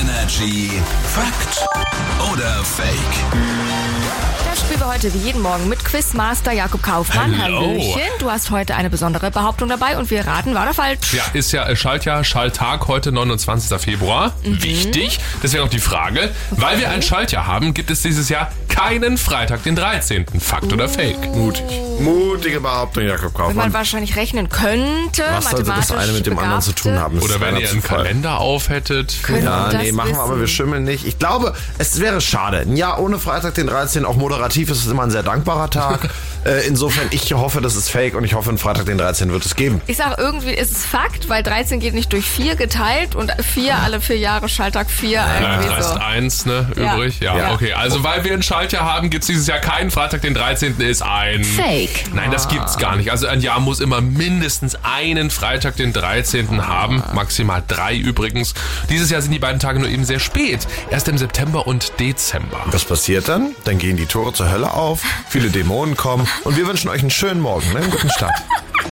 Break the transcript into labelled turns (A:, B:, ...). A: Energy Fakt oder Fake?
B: Das spielen wir heute wie jeden Morgen mit Quizmaster Jakob Kaufmann.
C: Hallo.
B: Hallöchen. Du hast heute eine besondere Behauptung dabei und wir raten, war oder falsch?
C: Ja, ist ja äh, Schaltjahr, Schalttag heute, 29. Februar.
B: Mhm.
C: Wichtig. Deswegen auch die Frage. Weil wir ein Schaltjahr haben, gibt es dieses Jahr keinen Freitag, den 13. Fakt
B: Oh.
C: oder Fake?
D: Mutig. Mutige Behauptung, Jakob
B: Wenn man
D: Kaufmann.
B: wahrscheinlich rechnen könnte,
D: Was sollte das eine mit dem anderen zu tun haben? Das
C: Oder
D: ist
C: wenn
D: reiner
C: ihr einen
D: Zufall.
C: Kalender aufhättet.
B: Können
D: Ja,
B: das
D: nee, machen
B: wissen.
D: wir, aber wir schimmeln nicht. Ich glaube, es wäre schade. Ein Jahr ohne Freitag, den 13. Auch moderativ ist es immer ein sehr dankbarer Tag. äh, insofern, ich hoffe, das ist fake und ich hoffe, einen Freitag, den 13. wird es geben.
B: Ich sage, irgendwie ist es Fakt, weil 13 geht nicht durch 4 geteilt und 4 alle 4 Jahre, Schalttag 4 irgendwie so.
C: 31, äh, ne,
B: Ja.
C: übrig. Ja.
B: Ja.
C: okay. Also, weil wir ein Schaltjahr haben, gibt es dieses Jahr keinen Freitag, den 13. ist ein...
B: Fake.
C: Nein, das gibt's gar nicht. Also ein Jahr muss immer mindestens einen Freitag, den 13. haben. Maximal drei übrigens. Dieses Jahr sind die beiden Tage nur eben sehr spät. Erst im September und Dezember.
D: Was passiert dann? Dann gehen die Tore zur Hölle auf, viele Dämonen kommen und wir wünschen euch einen schönen Morgen, ne? einen guten Start.